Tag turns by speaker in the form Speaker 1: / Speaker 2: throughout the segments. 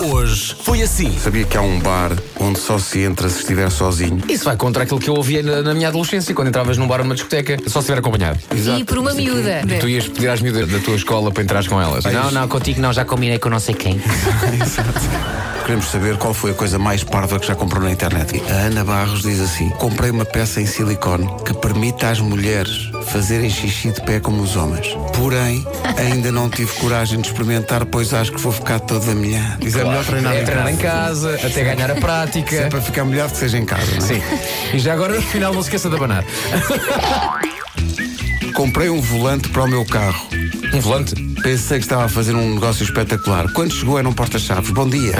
Speaker 1: hoje foi assim.
Speaker 2: Sabia que há um bar onde só se entra se estiver sozinho?
Speaker 3: Isso vai contra aquilo que eu ouvia na, na minha adolescência, quando entravas num bar ou numa discoteca, só se estiver acompanhado.
Speaker 4: E por uma miúda.
Speaker 3: Tu ias pedir às miúdas da tua escola para entrares com elas.
Speaker 5: Não, não, contigo não, já combinei com não sei quem.
Speaker 2: Queremos saber qual foi a coisa mais parva que já comprou na internet. A Ana Barros diz assim: Comprei uma peça em silicone que permite às mulheres fazerem xixi de pé como os homens. Porém, ainda não tive coragem de experimentar, pois acho que vou ficar toda a milhar. Diz é melhor treinar
Speaker 3: É
Speaker 2: em
Speaker 3: treinar
Speaker 2: casa.
Speaker 3: em casa, até ganhar a prática.
Speaker 2: É para ficar melhor que seja em casa. Não é?
Speaker 3: Sim. E já agora no final não se esqueça de abanar.
Speaker 2: Comprei um volante para o meu carro.
Speaker 3: Um volante.
Speaker 2: Pensei que estava a fazer um negócio espetacular. Quando chegou era um porta-chaves. Bom dia.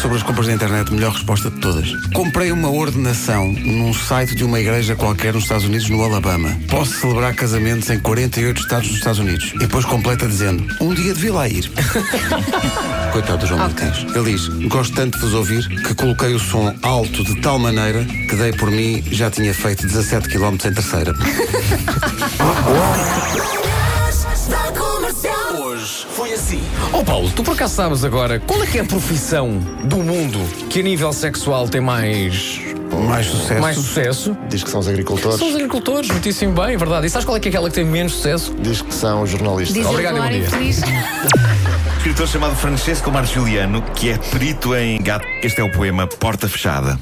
Speaker 2: Sobre as compras da internet, melhor resposta de todas. Comprei uma ordenação num site de uma igreja qualquer nos Estados Unidos, no Alabama. Posso celebrar casamentos em 48 estados dos Estados Unidos. E depois completa dizendo, um dia devia lá ir. Coitado do João Martins. Ele diz, gosto tanto de vos ouvir que coloquei o som alto de tal maneira que dei por mim já tinha feito 17 km em terceira.
Speaker 1: Hoje foi assim.
Speaker 3: Ó Oh, Paulo, tu por acaso sabes agora qual é que é a profissão do mundo que a nível sexual tem mais,
Speaker 2: Mais sucesso.
Speaker 3: mais sucesso?
Speaker 6: Diz que são os agricultores,
Speaker 3: São os agricultores, muitíssimo bem, é verdade. E sabes qual é que é aquela que tem menos sucesso?
Speaker 6: diz que são os jornalistas.
Speaker 4: Diz
Speaker 3: Obrigado e
Speaker 4: a
Speaker 3: bom
Speaker 4: Glória
Speaker 3: dia.
Speaker 4: Feliz.
Speaker 7: escritor chamado Francesco Margiliano, que é perito em gato. Este é o poema Porta Fechada.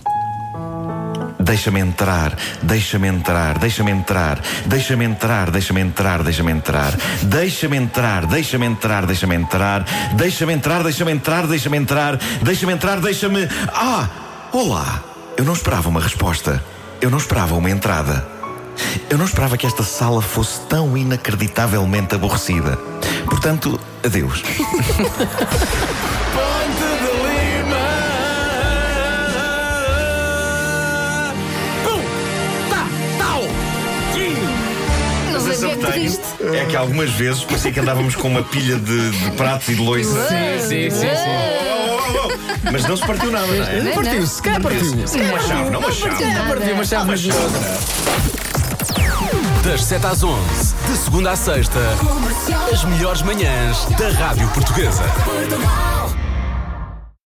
Speaker 7: Deixa-me entrar, deixa-me entrar, deixa-me entrar, deixa-me entrar, deixa-me entrar, deixa-me entrar, deixa-me entrar, deixa-me entrar, deixa-me entrar, deixa-me entrar, deixa-me entrar, deixa-me entrar, deixa-me entrar, deixa-me. Ah! Olá! Eu não esperava uma resposta. Eu não esperava uma entrada. Eu não esperava que esta sala fosse tão inacreditavelmente aborrecida. Portanto, adeus.
Speaker 4: Mas
Speaker 7: Mas
Speaker 4: é
Speaker 7: eu
Speaker 4: bem
Speaker 7: tenho
Speaker 4: triste.
Speaker 7: É que algumas vezes parecia que andávamos com uma pilha de, de pratos e de loiça.
Speaker 3: Sim, sim, sim.
Speaker 7: Oh, oh, oh. Mas não se partiu nada, não é?
Speaker 4: Não, não.
Speaker 3: Partiu-se, cara, partiu. Se
Speaker 7: Uma chave, não uma chave.
Speaker 3: calhar partiu, mas sabe, mas não.
Speaker 1: Das 7 às 11, de segunda à sexta, as melhores manhãs da Rádio Portuguesa.
Speaker 8: Portugal.